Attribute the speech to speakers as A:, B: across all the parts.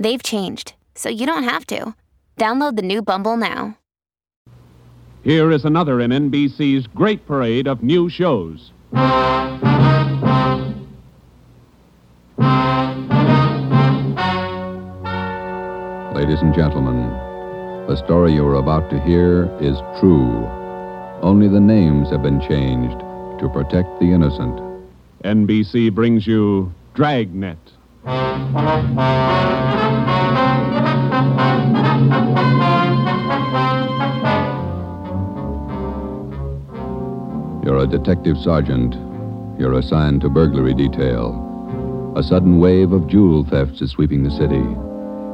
A: They've changed, so you don't have to. Download the new Bumble now.
B: Here is another in NBC's great parade of new shows.
C: Ladies and gentlemen, the story you are about to hear is true. Only the names have been changed to protect the innocent.
B: NBC brings you Dragnet.
C: You're a detective sergeant. You're assigned to burglary detail. A sudden wave of jewel thefts is sweeping the city.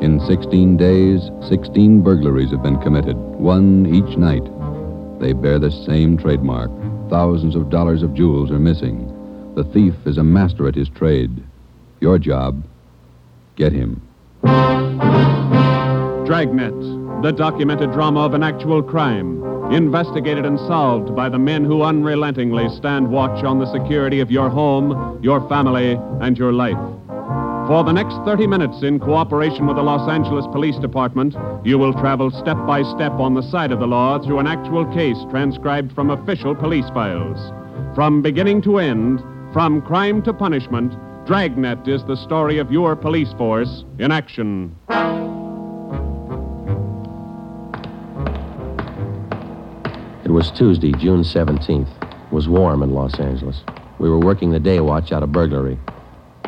C: In 16 days, 16 burglaries have been committed, one each night. They bear the same trademark. Thousands of dollars of jewels are missing. The thief is a master at his trade. Your job, get him.
B: Dragnet, the documented drama of an actual crime, investigated and solved by the men who unrelentingly stand watch on the security of your home, your family, and your life. For the next 30 minutes, in cooperation with the Los Angeles Police Department, you will travel step by step on the side of the law through an actual case transcribed from official police files. From beginning to end, from crime to punishment, Dragnet is the story of your police force in action.
D: It was Tuesday, June 17th. It was warm in Los Angeles. We were working the day watch out of burglary.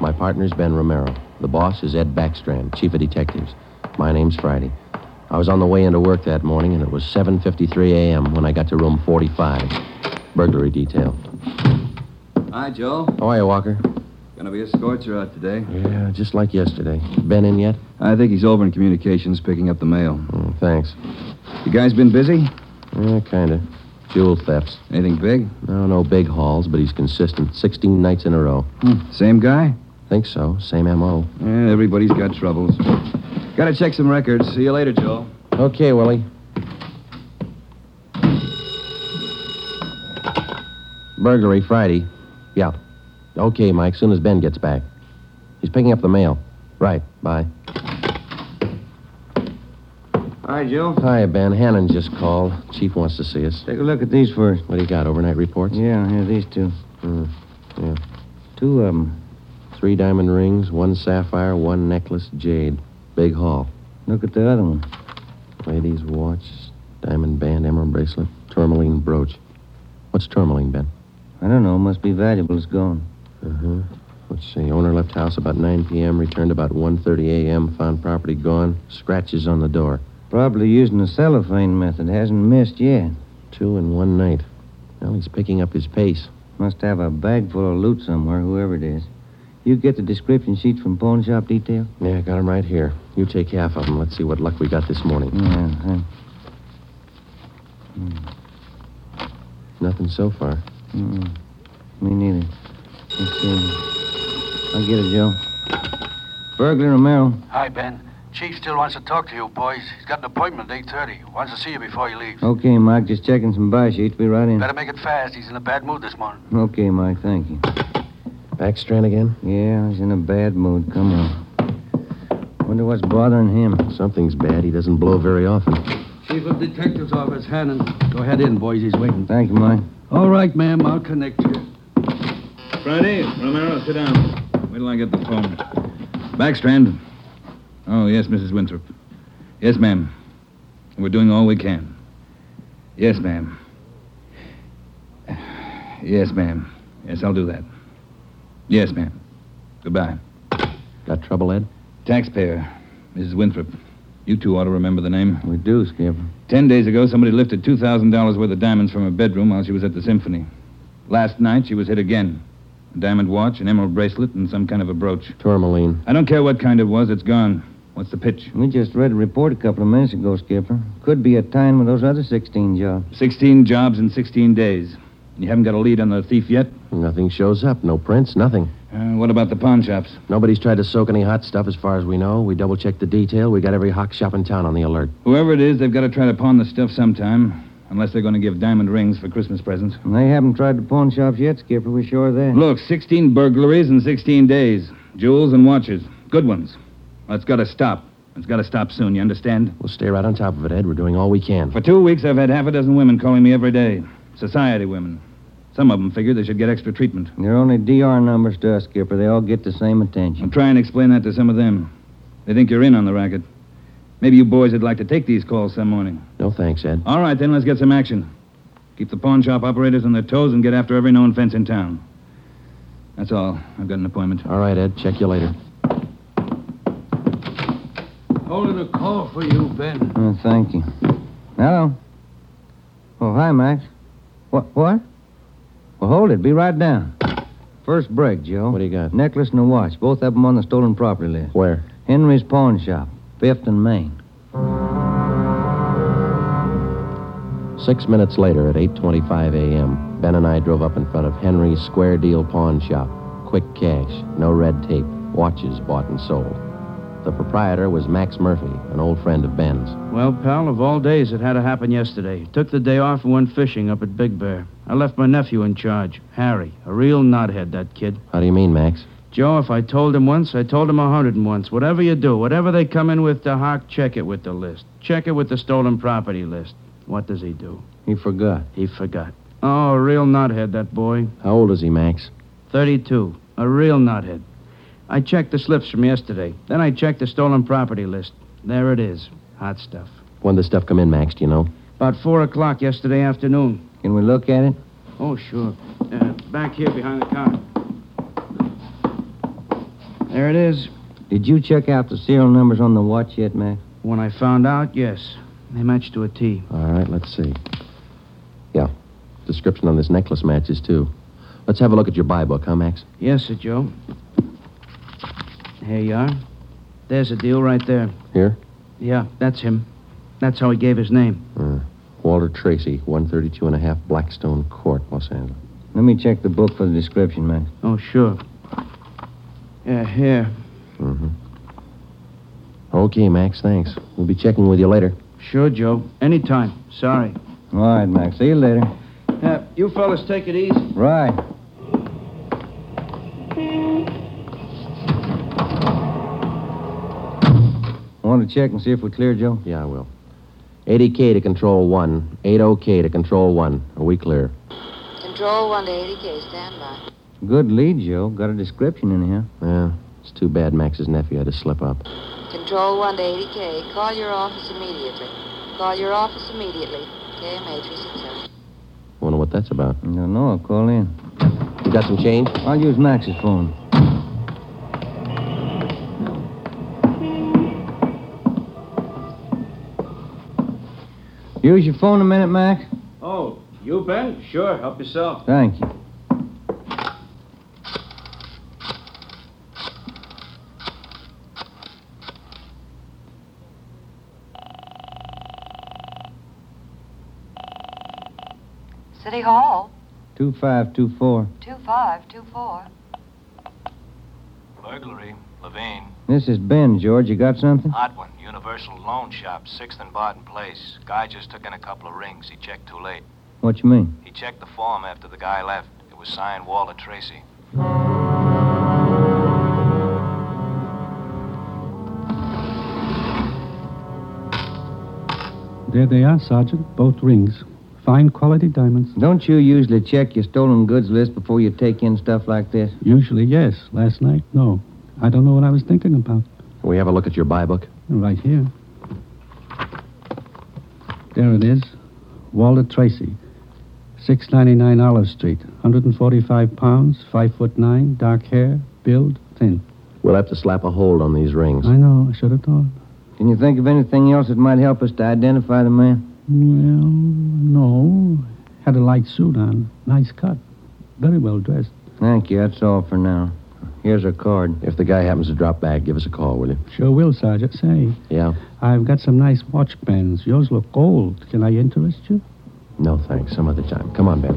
D: My partner's Ben Romero. The boss is Ed Backstrand, chief of detectives. My name's Friday. I was on the way into work that morning, and it was 7.53 a.m. when I got to room 45. Burglary detail.
E: Hi, Joe.
D: How are you, Walker?
E: Gonna be a scorcher out today.
D: Yeah, just like yesterday. Ben in yet?
E: I think he's over in communications picking up the mail.
D: Mm, thanks.
E: You guys been busy?
D: Yeah, kinda. Jewel thefts.
E: Anything big?
D: No, no big hauls, but he's consistent. 16 nights in a row.
E: Hmm. Same guy?
D: Think so. Same M.O.
E: Yeah, everybody's got troubles. Gotta check some records. See you later, Joe.
D: Okay, Willie. Burglary Friday. Yeah. Okay, Mike, soon as Ben gets back. He's picking up the mail. Right, bye.
E: Hi, Joe.
D: Hi, Ben. Hannon just called. Chief wants to see us.
F: Take a look at these first.
D: What do you got, overnight reports?
F: Yeah, here, these two.
D: yeah.
F: Two of them.
D: um, Three diamond rings, one sapphire, one necklace, jade. Big haul.
F: Look at the other one.
D: Ladies' watch, diamond band, emerald bracelet, tourmaline brooch. What's tourmaline, Ben?
F: I don't know, must be valuable. It's gone.
D: Uh-huh. Let's see. Owner left house about 9 p.m., returned about 1.30 a.m., found property gone, scratches on the door.
F: Probably using the cellophane method. Hasn't missed yet.
D: Two in one night. Well, he's picking up his pace.
F: Must have a bag full of loot somewhere, whoever it is. You get the description sheets from pawn shop detail?
D: Yeah, I got him right here. You take half of him. Let's see what luck we got this morning.
F: Yeah, huh.
D: Hmm. Nothing so far.
F: Mm-mm. Me neither. Let's see. I'll get it, Joe. Burglar Romero.
G: Hi, Ben. Chief still wants to talk to you, boys. He's got an appointment at 8.30. Wants to see you before he leaves.
F: Okay, Mike, just checking some buy sheets. Be right in.
G: Better make it fast. He's in a bad mood this morning.
F: Okay, Mike, thank you.
D: Backstrand again?
F: Yeah, I was in a bad mood. Come on. Wonder what's bothering him.
D: Something's bad. He doesn't blow very often.
H: Chief of Detective's Office, Hannon. Go ahead in, boys. He's waiting.
F: Thank you, Mike.
H: All right, ma'am. I'll connect you.
E: Friday, Romero, sit down. Wait till I get the phone. Backstrand. Oh, yes, Mrs. Winthrop. Yes, ma'am. We're doing all we can. Yes, ma'am. Yes, ma'am. Yes, I'll do that. Yes, ma'am. Goodbye.
D: Got trouble, Ed?
E: Taxpayer, Mrs. Winthrop. You two ought to remember the name.
F: We do, Skipper.
E: Ten days ago, somebody lifted $2,000 worth of diamonds from her bedroom while she was at the symphony. Last night, she was hit again. A diamond watch, an emerald bracelet, and some kind of a brooch.
D: Tourmaline.
E: I don't care what kind it was, it's gone. What's the pitch?
F: We just read a report a couple of minutes ago, Skipper. Could be a tie-in with those other 16 jobs.
E: 16 jobs in 16 days. You haven't got a lead on the thief yet?
D: Nothing shows up. No prints, nothing.
E: Uh, what about the pawn shops?
D: Nobody's tried to soak any hot stuff as far as we know. We double checked the detail. We got every hock shop in town on the alert.
E: Whoever it is, they've got to try to pawn the stuff sometime. Unless they're going to give diamond rings for Christmas presents.
F: And they haven't tried the pawn shops yet, Skipper. We're sure of that.
E: Look, 16 burglaries in 16 days. Jewels and watches. Good ones. That's got to stop. It's got to stop soon, you understand?
D: We'll stay right on top of it, Ed. We're doing all we can.
E: For two weeks, I've had half a dozen women calling me every day. Society women. Some of them figure they should get extra treatment.
F: They're only DR numbers to us, Skipper. They all get the same attention.
E: I'm trying to explain that to some of them. They think you're in on the racket. Maybe you boys would like to take these calls some morning.
D: No thanks, Ed.
E: All right, then let's get some action. Keep the pawn shop operators on their toes and get after every known fence in town. That's all. I've got an appointment.
D: All right, Ed. Check you later.
H: Holding a call for you, Ben.
F: Oh, thank you. Hello. Oh, hi, Max. What? What? Well, hold it. Be right down. First break, Joe.
D: What do you got?
F: Necklace and a watch. Both of them on the stolen property list.
D: Where?
F: Henry's pawn shop, Fifth and Main.
D: Six minutes later, at 8.25 a.m., Ben and I drove up in front of Henry's Square Deal Pawn Shop. Quick cash, no red tape, watches bought and sold. The proprietor was Max Murphy, an old friend of Ben's.
I: Well, pal, of all days, it had to happen yesterday. Took the day off and went fishing up at Big Bear. I left my nephew in charge, Harry. A real knothead, that kid.
D: How do you mean, Max?
I: Joe, if I told him once, I told him a hundred and once. Whatever you do, whatever they come in with to hock, check it with the list. Check it with the stolen property list. What does he do?
F: He forgot.
I: He forgot. Oh, a real knothead, that boy.
D: How old is he, Max?
I: 32. A real knothead. I checked the slips from yesterday. Then I checked the stolen property list. There it is. Hot stuff.
D: When the stuff come in, Max, do you know?
I: About 4 o'clock yesterday afternoon.
F: Can we look at it?
I: Oh, sure. Uh, back here behind the car. There it is.
F: Did you check out the serial numbers on the watch yet, Max?
I: When I found out, yes. They match to a T.
D: All right, let's see. Yeah. Description on this necklace matches, too. Let's have a look at your buy book, huh, Max?
I: Yes, sir, Joe. Here you are. There's a deal right there.
D: Here?
I: Yeah, that's him. That's how he gave his name.
D: Uh, Walter Tracy, 132 and a half Blackstone Court, Los Angeles.
F: Let me check the book for the description, Max.
I: Oh, sure. Yeah, here.
D: Mm-hmm. Okay, Max, thanks. We'll be checking with you later.
I: Sure, Joe. Anytime. Sorry.
F: All right, Max. See you later.
I: Uh, you fellas take it easy.
F: Right. Want to check and see if we're clear, Joe?
D: Yeah, I will. 80K to control one, 80K to control one. Are we clear?
J: Control 1 to 80K, stand by.
F: Good lead, Joe. Got a description in here.
D: Yeah. It's too bad Max's nephew had to slip up.
J: Control 1 to 80K, call your office immediately. Call your office immediately. KMA 367.
D: Wonder what that's about.
F: I don't know. I'll call in.
D: You got some change?
F: I'll use Max's phone. Use your phone a minute, Mac.
I: Oh, you, Ben? Sure, help yourself.
F: Thank you.
J: City Hall,
F: 2524.
J: 2524.
K: Burglary, Levine.
F: This is Ben, George. You got something?
K: Odd one, Universal Loan Shop, 6th and Barton Place. Guy just took in a couple of rings. He checked too late.
F: What you mean?
K: He checked the form after the guy left. It was signed Walter Tracy.
L: There they are, Sergeant. Both rings. Fine quality diamonds.
F: Don't you usually check your stolen goods list before you take in stuff like this?
L: Usually, yes. Last night, no. I don't know what I was thinking about.
D: Can we have a look at your buy book?
L: Right here. There it is. Walter Tracy. 699 Olive Street. 145 pounds, 5 foot 9, dark hair, build, thin.
D: We'll have to slap a hold on these rings.
L: I know, I should have thought.
F: Can you think of anything else that might help us to identify the man?
L: Well, no. Had a light suit on. Nice cut. Very well dressed.
F: Thank you. That's all for now. Here's her card.
D: If the guy happens to drop back, give us a call, will you?
L: Sure will, Sergeant. Say,
D: Yeah.
L: I've got some nice watch bands. Yours look old. Can I interest you?
D: No, thanks. Some other time. Come on, Ben.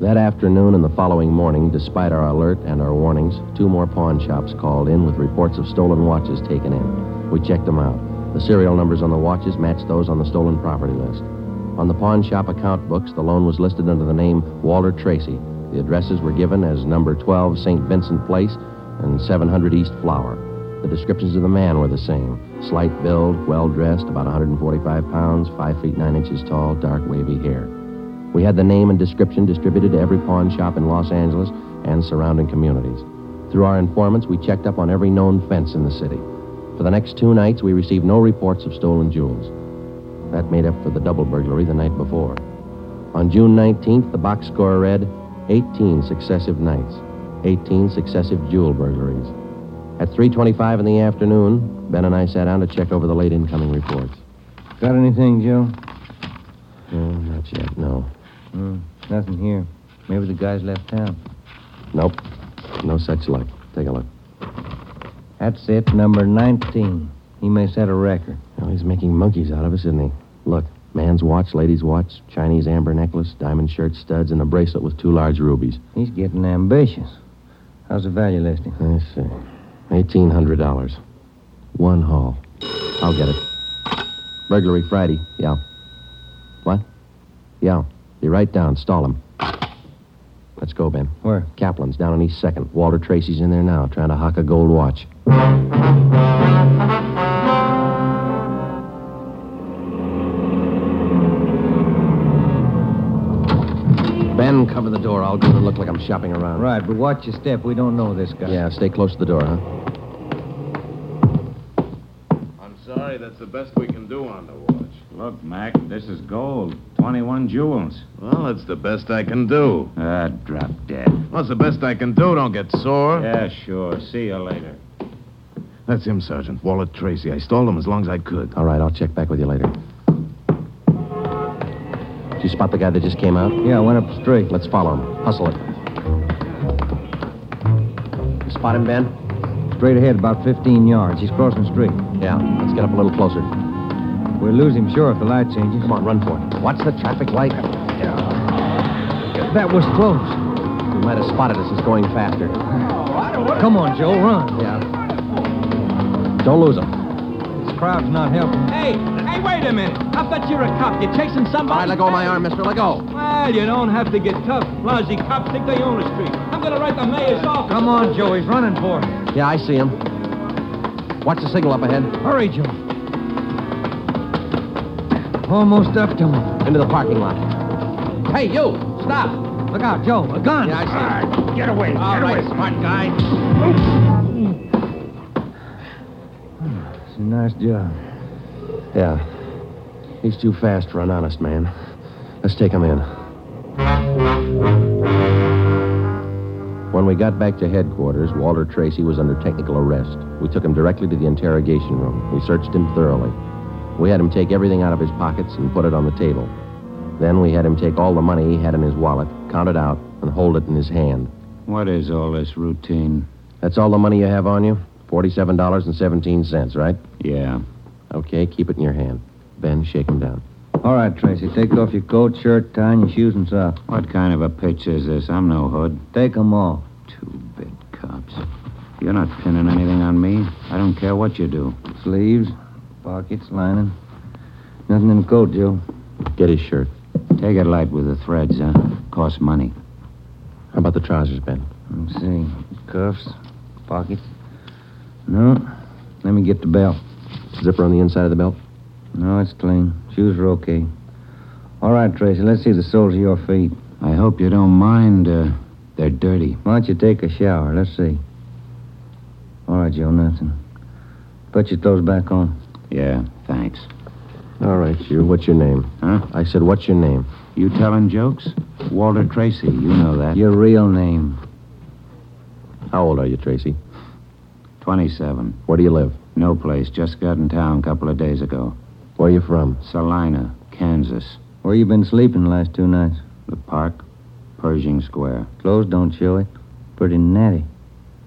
D: That afternoon and the following morning, despite our alert and our warnings, two more pawn shops called in with reports of stolen watches taken in. We checked them out. The serial numbers on the watches matched those on the stolen property list. On the pawn shop account books, the loan was listed under the name Walter Tracy. The addresses were given as number 12 St. Vincent Place and 700 East Flower. The descriptions of the man were the same. Slight build, well dressed, about 145 pounds, 5 feet 9 inches tall, dark wavy hair. We had the name and description distributed to every pawn shop in Los Angeles and surrounding communities. Through our informants, we checked up on every known fence in the city. For the next two nights, we received no reports of stolen jewels. That made up for the double burglary the night before. On June 19th, the box score read 18 successive nights, 18 successive jewel burglaries. At 3:25 in the afternoon, Ben and I sat down to check over the late incoming reports.
F: Got anything, Joe?
D: No, not yet. No.
F: Hmm, nothing here. Maybe the guy's left town.
D: Nope. No such luck. Take a look.
F: That's it, number 19. He may set a record.
D: Well, he's making monkeys out of us, isn't he? Look, man's watch, lady's watch, Chinese amber necklace, diamond shirt studs, and a bracelet with two large rubies.
F: He's getting ambitious. How's the value listing?
D: I see. Eighteen hundred dollars. One haul. I'll get it. Burglary Friday. Yeah. What? Yeah. Be right down. Stall him. Let's go, Ben.
F: Where?
D: Kaplan's down on East Second. Walter Tracy's in there now, trying to hock a gold watch. Ben, cover the door. I'll go to look like I'm shopping around.
F: Right, but watch your step. We don't know this guy.
D: Yeah, stay close to the door, huh?
M: I'm sorry, that's the best we can do on the watch.
N: Look, Mac, this is gold. 21 jewels.
M: Well, it's the best I can do.
N: Ah, drop dead.
M: Well, it's the best I can do. Don't get sore.
N: Yeah, sure. See you later.
M: That's him, Sergeant. Wallet Tracy. I stalled him as long as I could.
D: All right, I'll check back with you later. Did you spot the guy that just came out?
F: Yeah, I went up straight.
D: Let's follow him. Hustle it. You spot him, Ben?
F: Straight ahead, about 15 yards. He's crossing the street.
D: Yeah, let's get up a little closer.
F: We'll lose him sure if the light changes.
D: Come on, run for it. Watch the traffic light.
F: That was close.
D: He might have spotted us. It's going faster.
F: Come on, Joe, run.
D: Yeah. Don't lose him.
F: This crowd's not helping.
O: Hey, hey, wait a minute. I bet you're a cop. You're chasing somebody. All
D: right, let go of my arm, mister. Let go.
O: Well, you don't have to get tough. Lousy cops think they own the street. I'm going to write the mayor's office.
F: Come on, Joe. He's running for it.
D: Yeah, I see him. Watch the signal up ahead.
F: Hurry, Joe. Almost up to him.
D: Into the parking lot. Hey, you! Stop!
F: Look out, Joe. A gun.
D: Yeah, I see him.
N: Get away.
D: All
N: get
D: right,
N: away.
D: smart guy.
F: It's a nice job.
D: Yeah. He's too fast for an honest man. Let's take him in. When we got back to headquarters, Walter Tracy was under technical arrest. We took him directly to the interrogation room. We searched him thoroughly. We had him take everything out of his pockets and put it on the table. Then we had him take all the money he had in his wallet, count it out, and hold it in his hand.
N: What is all this routine?
D: That's all the money you have on you? $47.17, right?
N: Yeah.
D: Okay, keep it in your hand. Ben, shake him down.
F: All right, Tracy. Take off your coat, shirt, tie, and your shoes and socks.
N: What kind of a pitch is this? I'm no hood.
F: Take them off.
N: Two-bit cops. You're not pinning anything on me. I don't care what you do.
F: Sleeves, pockets, lining. Nothing in the coat, Joe.
D: Get his shirt.
N: Take it light with the threads, huh? Costs money.
D: How about the trousers, Ben?
F: Let's see. Cuffs, pockets. No. Let me get the belt.
D: Zipper on the inside of the belt?
F: No, it's clean. Shoes are okay. All right, Tracy, let's see the soles of your feet.
N: I hope you don't mind. Uh, they're dirty.
F: Why don't you take a shower? Let's see. All right, Joe, nothing. Put your clothes back on.
N: Yeah, thanks.
D: All right, you. What's your name?
N: Huh?
D: I said, what's your name?
N: You telling jokes? Walter Tracy, you know that.
F: Your real name.
D: How old are you, Tracy?
N: 27.
D: Where do you live?
N: No place. Just got in town a couple of days ago.
D: Where are you from?
N: Salina, Kansas.
F: Where you been sleeping the last two nights?
N: The park. Pershing Square.
L: Clothes don't show it. Pretty natty.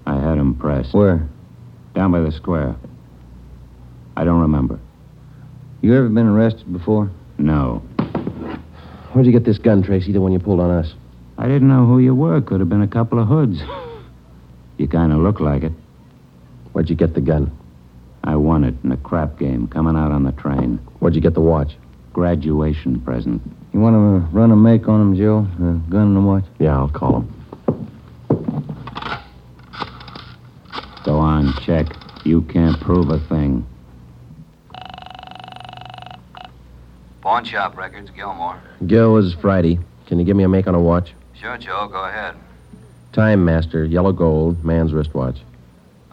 N: I had him pressed.
L: Where?
N: Down by the square. I don't remember.
L: You ever been arrested before?
N: No.
D: Where'd you get this gun, Tracy, the one you pulled on us?
N: I didn't know who you were. Could have been a couple of hoods. you kind of look like it.
D: Where'd you get the gun?
N: I won it in a crap game coming out on the train.
D: Where'd you get the watch?
N: Graduation present.
L: You want to uh, run a make on him, Joe? A gun and a watch?
D: Yeah, I'll call him.
N: Go on, check. You can't prove a thing.
K: Pawn shop records, Gilmore.
D: Gil is Friday. Can you give me a make on a watch?
K: Sure, Joe, go ahead.
D: Time Master, yellow gold, man's wristwatch.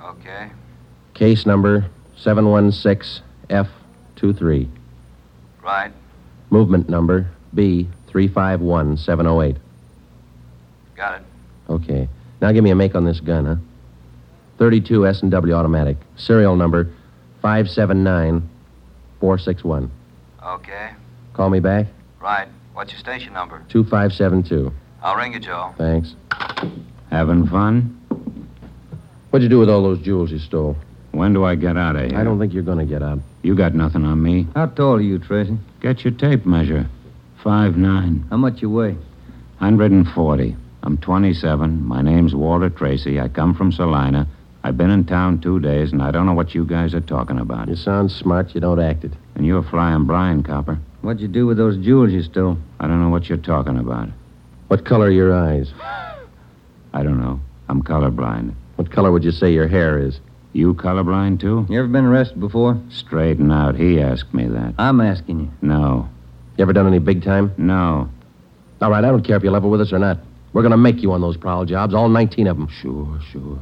K: Okay.
D: Case number 716F23.
K: Right.
D: Movement number B351708.
K: Got it.
D: Okay. Now give me a make on this gun, huh? 32 S&W automatic. Serial number 579461.
K: Okay.
D: Call me back
K: Right. What's your station number?
D: 2572.
K: I'll ring you, Joe.
D: Thanks.
N: Having fun?
D: What'd you do with all those jewels you stole?
N: When do I get out of here?
D: I don't think you're going to get out.
N: You got nothing on me.
F: How tall are you, Tracy?
N: Get your tape measure. Five nine.
F: How much you weigh?
N: 140. I'm 27. My name's Walter Tracy. I come from Salina. I've been in town two days, and I don't know what you guys are talking about.
D: You sound smart. You don't act it.
N: And you're flying Brian, copper.
F: What'd you do with those jewels you stole?
N: I don't know what you're talking about.
D: What color are your eyes?
N: I don't know. I'm colorblind.
D: What color would you say your hair is?
N: You colorblind, too?
F: You ever been arrested before?
N: Straighten out. He asked me that.
F: I'm asking you.
N: No.
D: You ever done any big time?
N: No.
D: All right, I don't care if you level with us or not. We're going to make you on those prowl jobs, all 19 of them.
N: Sure, sure.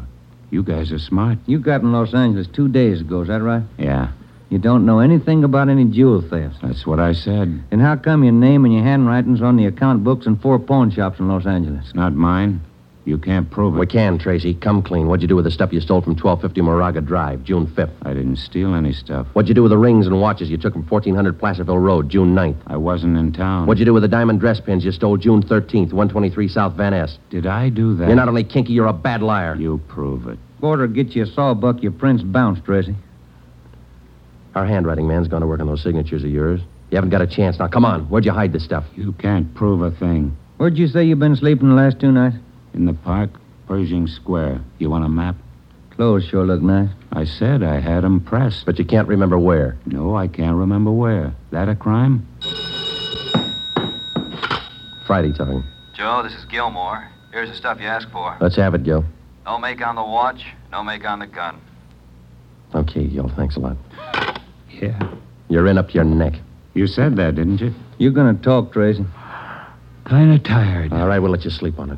N: You guys are smart.
F: You got in Los Angeles two days ago, is that right?
N: Yeah.
F: You don't know anything about any jewel thefts.
N: That's what I said.
F: Then how come your name and your handwriting's on the account books in four pawn shops in Los Angeles?
N: It's not mine. You can't prove it.
D: We can, Tracy. Come clean. What'd you do with the stuff you stole from 1250 Moraga Drive, June 5th?
N: I didn't steal any stuff.
D: What'd you do with the rings and watches you took from 1400 Placerville Road, June 9th?
N: I wasn't in town.
D: What'd you do with the diamond dress pins you stole June 13th, 123 South Van Ness?
N: Did I do that?
D: You're not only kinky, you're a bad liar.
N: You prove it.
F: Porter get you a sawbuck, your prints bounced, Tracy.
D: Our handwriting man's going to work on those signatures of yours. You haven't got a chance. Now, come on. Where'd you hide this stuff?
N: You can't prove a thing.
F: Where'd you say you've been sleeping the last two nights?
N: In the park, Pershing Square. You want a map?
F: Clothes sure look nice.
N: I said I had 'em pressed.
D: But you can't remember where.
N: No, I can't remember where. That a crime?
D: Friday talking.
K: Joe, this is Gilmore. Here's the stuff you asked for.
D: Let's have it, Gil.
K: No make on the watch, no make on the gun.
D: Okay, Gil. Thanks a lot.
N: Yeah.
D: You're in up to your neck.
N: You said that, didn't you?
F: You're gonna talk, Tracy.
N: Kind of tired.
D: All right, we'll let you sleep on it.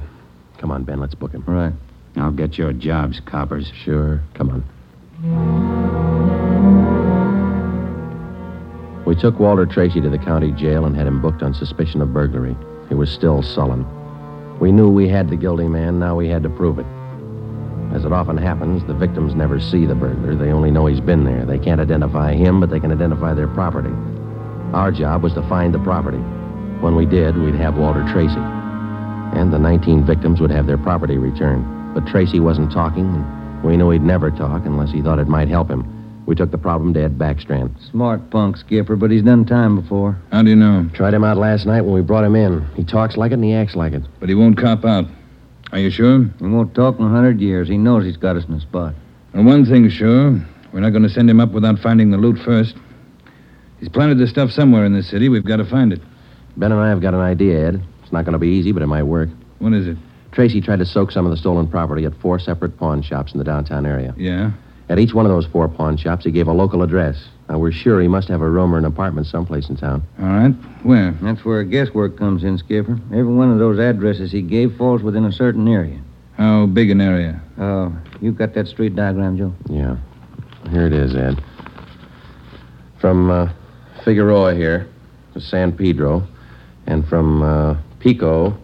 D: Come on, Ben. Let's book him.
F: Right.
N: I'll get your jobs, coppers.
D: Sure. Come on. We took Walter Tracy to the county jail and had him booked on suspicion of burglary. He was still sullen. We knew we had the guilty man, now we had to prove it. As it often happens, the victims never see the burglar. They only know he's been there. They can't identify him, but they can identify their property. Our job was to find the property. When we did, we'd have Walter Tracy. And the 19 victims would have their property returned. But Tracy wasn't talking, and we knew he'd never talk unless he thought it might help him. We took the problem to Ed Backstrand.
F: Smart punk, Skipper, but he's done time before.
E: How do you know?
D: Tried him out last night when we brought him in. He talks like it and he acts like it.
E: But he won't cop out. Are you sure?
F: He won't talk in a hundred years. He knows he's got us in a spot.
E: Well, one thing's sure. We're not going to send him up without finding the loot first. He's planted the stuff somewhere in this city. We've got to find it.
D: Ben and I have got an idea, Ed. It's not going to be easy, but it might work.
E: What is it?
D: Tracy tried to soak some of the stolen property at four separate pawn shops in the downtown area.
E: Yeah?
D: At each one of those four pawn shops, he gave a local address. Now, we're sure he must have a room or an apartment someplace in town.
E: All right. Where?
F: That's where guesswork comes in, Skipper. Every one of those addresses he gave falls within a certain area.
E: How big an area?
F: Uh, you got that street diagram, Joe?
D: Yeah. Here it is, Ed. From uh, Figueroa here to San Pedro, and from uh, Pico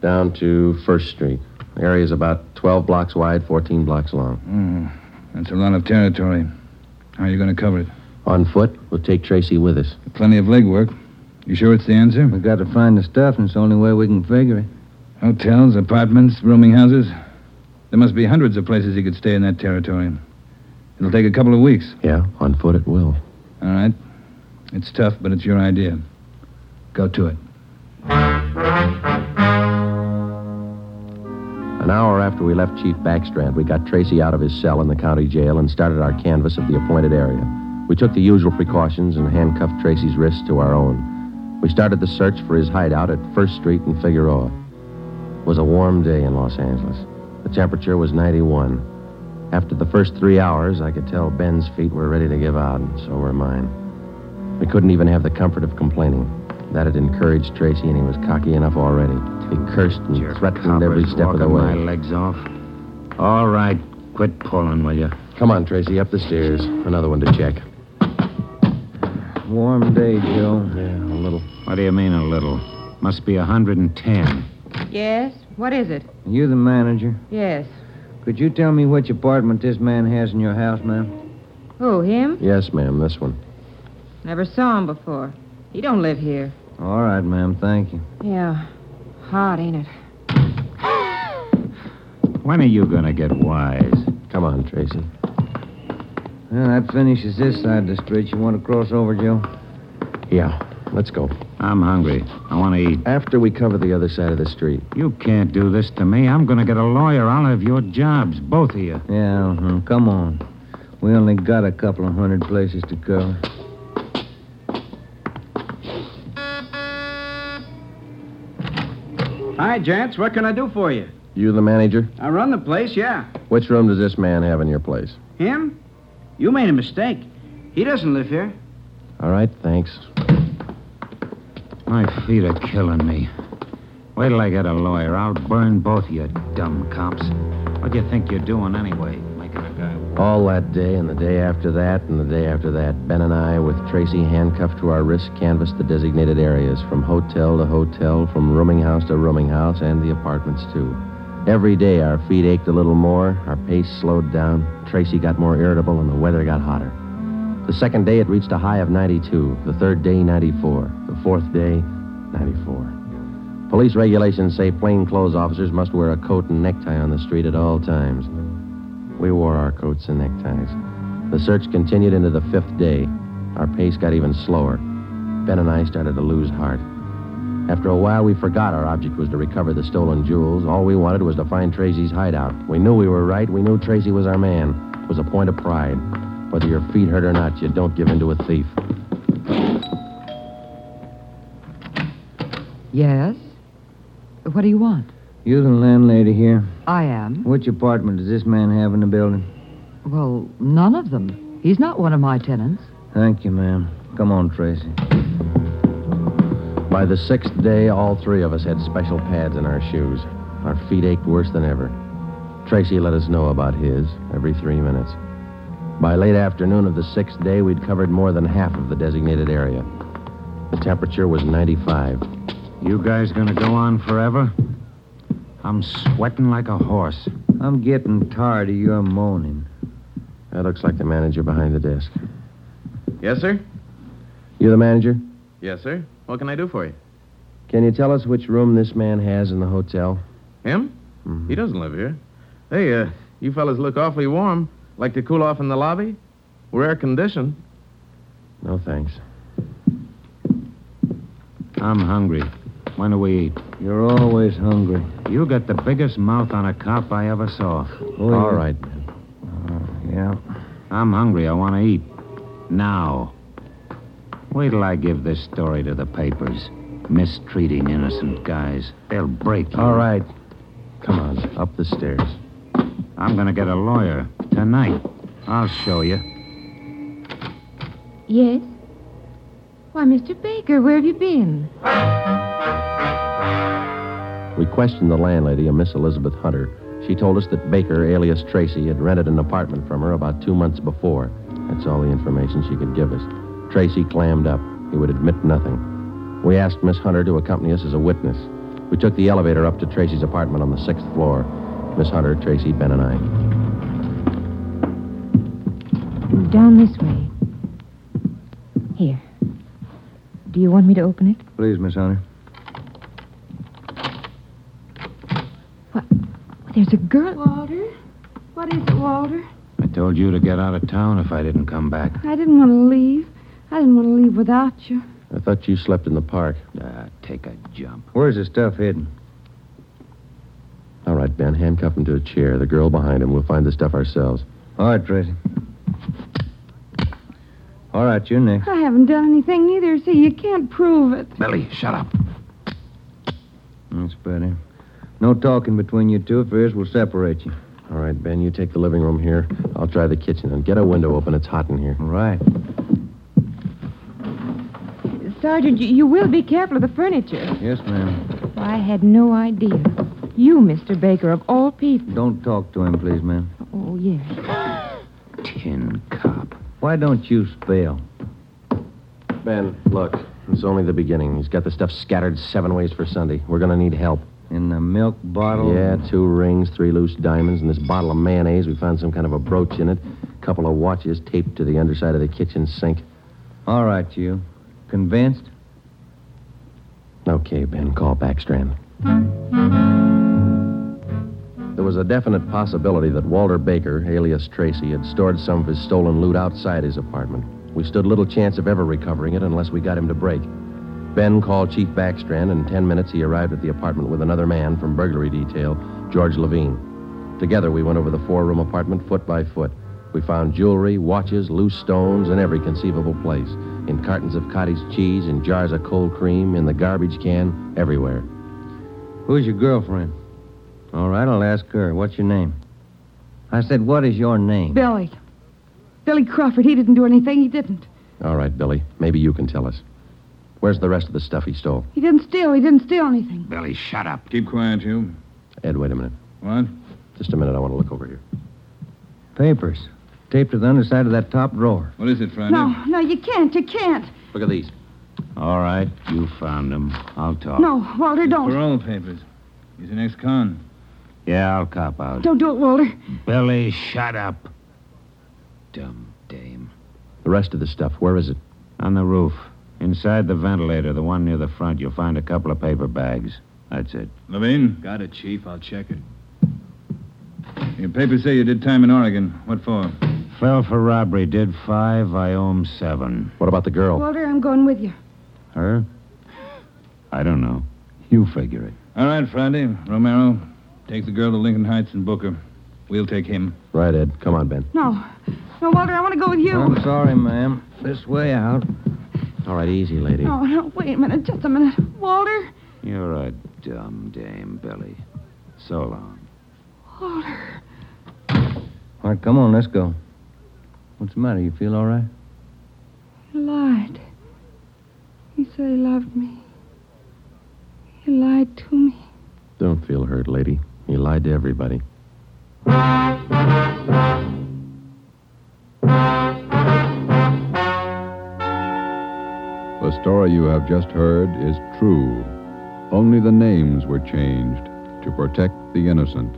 D: down to First Street. The area is about 12 blocks wide, 14 blocks long.
E: Hmm. That's a lot of territory. How are you going to cover it?
D: On foot, we'll take Tracy with us.
E: Plenty of legwork. You sure it's the answer?
F: We got to find the stuff, and it's the only way we can figure it.
E: Hotels, apartments, rooming houses. There must be hundreds of places he could stay in that territory. It'll take a couple of weeks.
D: Yeah, on foot it will.
E: All right. It's tough, but it's your idea. Go to it.
D: An hour after we left Chief Backstrand, we got Tracy out of his cell in the county jail and started our canvas of the appointed area. We took the usual precautions and handcuffed Tracy's wrists to our own. We started the search for his hideout at First Street and Figueroa. It was a warm day in Los Angeles. The temperature was 91. After the first three hours, I could tell Ben's feet were ready to give out, and so were mine. We couldn't even have the comfort of complaining. That had encouraged Tracy, and he was cocky enough already. He cursed and threatened every step of the
N: walking
D: way.
N: my legs off. All right, quit pulling, will you?
D: Come on, Tracy, up the stairs. Another one to check.
N: Warm day, Joe. Yeah, a little. What do you mean a little? Must be 110.
P: Yes? What is it?
F: You the manager.
P: Yes.
F: Could you tell me which apartment this man has in your house, ma'am?
P: Who, him?
D: Yes, ma'am, this one.
P: Never saw him before. He don't live here.
F: All right, ma'am. Thank you.
P: Yeah. Hot, ain't it?
N: When are you going to get wise?
D: Come on, Tracy.
F: Well, that finishes this side of the street. You want to cross over, Joe?
D: Yeah, let's go.
N: I'm hungry. I want to eat.
D: After we cover the other side of the street.
N: You can't do this to me. I'm going to get a lawyer. I'll have your jobs, both of you.
F: Yeah, uh-huh. come on. We only got a couple of hundred places to cover.
H: Hi, gents. What can I do for you?
D: You the manager?
H: I run the place, yeah.
D: Which room does this man have in your place?
H: Him? You made a mistake. He doesn't live here.
D: All right, thanks.
N: My feet are killing me. Wait till I get a lawyer. I'll burn both of you dumb cops. What do you think you're doing anyway? Making a guy.
D: All that day and the day after that and the day after that, Ben and I, with Tracy handcuffed to our wrists, canvassed the designated areas from hotel to hotel, from rooming house to rooming house, and the apartments, too. Every day our feet ached a little more, our pace slowed down, Tracy got more irritable, and the weather got hotter. The second day it reached a high of 92, the third day, 94, the fourth day, 94. Police regulations say plainclothes officers must wear a coat and necktie on the street at all times. We wore our coats and neckties. The search continued into the fifth day. Our pace got even slower. Ben and I started to lose heart. After a while, we forgot our object was to recover the stolen jewels. All we wanted was to find Tracy's hideout. We knew we were right. We knew Tracy was our man. It was a point of pride. Whether your feet hurt or not, you don't give in to a thief.
Q: Yes? What do you want?
F: You the landlady here?
Q: I am.
F: Which apartment does this man have in the building?
Q: Well, none of them. He's not one of my tenants.
F: Thank you, ma'am. Come on, Tracy.
D: By the sixth day, all three of us had special pads in our shoes. Our feet ached worse than ever. Tracy let us know about his every three minutes. By late afternoon of the sixth day, we'd covered more than half of the designated area. The temperature was 95.
N: You guys gonna go on forever? I'm sweating like a horse.
F: I'm getting tired of your moaning.
D: That looks like the manager behind the desk.
R: Yes, sir?
D: You the manager?
R: Yes, sir. What can I do for you?
D: Can you tell us which room this man has in the hotel? Mm-hmm.
R: Him? He doesn't live here. Hey, uh, you fellas look awfully warm. Like to cool off in the lobby? We're air conditioned.
D: No thanks.
N: I'm hungry. When do we eat?
F: You're always hungry.
N: You got the biggest mouth on a cop I ever saw.
D: All right,
F: yeah.
N: I'm hungry. I want to eat. Now. Wait till I give this story to the papers. Mistreating innocent guys. They'll break you.
D: All right. Come on, up the stairs.
N: I'm going to get a lawyer tonight. I'll show you.
S: Yes? Why, Mr. Baker, where have you been?
D: We questioned the landlady, a Miss Elizabeth Hunter. She told us that Baker, alias Tracy, had rented an apartment from her about two months before. That's all the information she could give us. Tracy clammed up. He would admit nothing. We asked Miss Hunter to accompany us as a witness. We took the elevator up to Tracy's apartment on the sixth floor. Miss Hunter, Tracy, Ben, and I.
S: Down this way. Here. Do you want me to open it?
F: Please, Miss Hunter.
Q: There's a girl.
S: Walter? What is it, Walter?
N: I told you to get out of town if I didn't come back.
S: I didn't want to leave. I didn't want to leave without you.
D: I thought you slept in the park.
N: Ah, take a jump.
F: Where's the stuff hidden?
D: All right, Ben, handcuff him to a chair. The girl behind him. We'll find the stuff ourselves.
F: All right, Tracy. All right, you're next.
S: I haven't done anything either, see? You can't prove it.
N: Billy, shut up.
F: That's better. No talking between you two, for this will separate you.
D: All right, Ben, you take the living room here. I'll try the kitchen and get a window open. It's hot in here.
F: All right.
S: Sergeant, you, you will be careful of the furniture.
F: Yes, ma'am.
S: I had no idea. You, Mr. Baker, of all people.
F: Don't talk to him, please, ma'am.
S: Oh, yes.
N: Tin cop.
F: Why don't you spell?
D: Ben, look, it's only the beginning. He's got the stuff scattered seven ways for Sunday. We're going to need help.
F: In the milk bottle?
D: Yeah, two rings, three loose diamonds, and this bottle of mayonnaise. We found some kind of a brooch in it. A couple of watches taped to the underside of the kitchen sink.
F: All right, you. Convinced?
D: Okay, Ben, call Backstrand. There was a definite possibility that Walter Baker, alias Tracy, had stored some of his stolen loot outside his apartment. We stood little chance of ever recovering it unless we got him to break. Ben called Chief Backstrand, and in ten minutes he arrived at the apartment with another man from burglary detail, George Levine. Together we went over the four room apartment foot by foot. We found jewelry, watches, loose stones in every conceivable place in cartons of cottage cheese, in jars of cold cream, in the garbage can, everywhere.
F: Who's your girlfriend? All right, I'll ask her. What's your name? I said, what is your name?
S: Billy. Billy Crawford, he didn't do anything. He didn't.
D: All right, Billy, maybe you can tell us. Where's the rest of the stuff he stole?
S: He didn't steal. He didn't steal anything.
N: Billy, shut up.
E: Keep quiet, you.
D: Ed, wait a minute.
E: What?
D: Just a minute, I want to look over here.
F: Papers. Taped to the underside of that top drawer.
E: What is it, Friday?
S: No, no, you can't. You can't.
D: Look at these.
N: All right, you found him. I'll talk.
S: No, Walter, don't.
E: Parole papers. He's an ex-con.
N: Yeah, I'll cop out.
S: Don't do it, Walter.
N: Billy, shut up. Dumb dame.
D: The rest of the stuff, where is it?
N: On the roof. Inside the ventilator, the one near the front, you'll find a couple of paper bags. That's it.
E: Levine?
O: Got it, Chief. I'll check it.
E: Your papers say you did time in Oregon. What for?
N: Fell for robbery, did five, I owe him seven.
D: What about the girl?
S: Walter, I'm going with you.
N: Her? I don't know. You figure it.
E: All right, Friday. Romero, take the girl to Lincoln Heights and book her. We'll take him.
D: Right, Ed. Come on, Ben.
S: No. No, Walter, I want to go with you.
F: I'm sorry, ma'am. This way out.
D: All right, easy, lady.
S: No, no, wait a minute. Just a minute. Walter?
N: You're a dumb dame, Billy. So long.
S: Walter.
F: All right, come on, let's go. What's the matter? You feel all right?
S: He lied. He said he loved me. He lied to me.
D: Don't feel hurt, lady. He lied to everybody.
C: The story you have just heard is true. Only the names were changed to protect the innocent.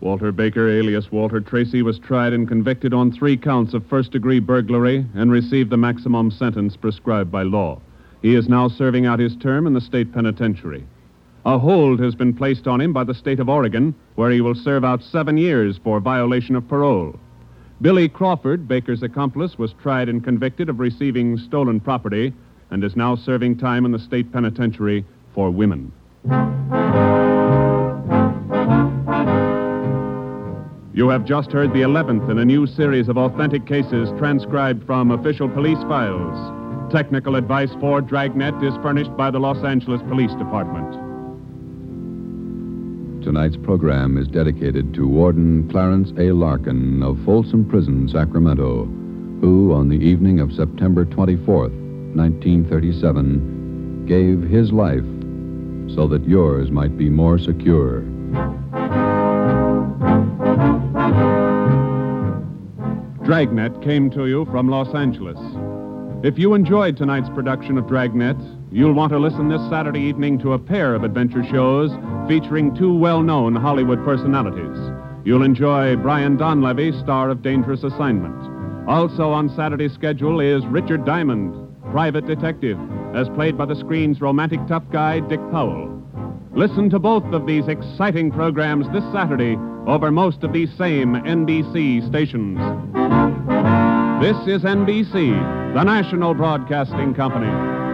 B: Walter Baker, alias Walter Tracy, was tried and convicted on three counts of first degree burglary and received the maximum sentence prescribed by law. He is now serving out his term in the state penitentiary. A hold has been placed on him by the state of Oregon, where he will serve out seven years for violation of parole. Billy Crawford, Baker's accomplice, was tried and convicted of receiving stolen property and is now serving time in the state penitentiary for women. You have just heard the 11th in a new series of authentic cases transcribed from official police files. Technical advice for Dragnet is furnished by the Los Angeles Police Department.
C: Tonight's program is dedicated to Warden Clarence A. Larkin of Folsom Prison, Sacramento, who, on the evening of September 24th, 1937, gave his life so that yours might be more secure.
B: Dragnet came to you from Los Angeles. If you enjoyed tonight's production of Dragnet, you'll want to listen this Saturday evening to a pair of adventure shows featuring two well known Hollywood personalities. You'll enjoy Brian Donlevy, star of Dangerous Assignment. Also on Saturday's schedule is Richard Diamond, private detective, as played by the screen's romantic tough guy, Dick Powell. Listen to both of these exciting programs this Saturday over most of these same NBC stations. This is NBC, the national broadcasting company.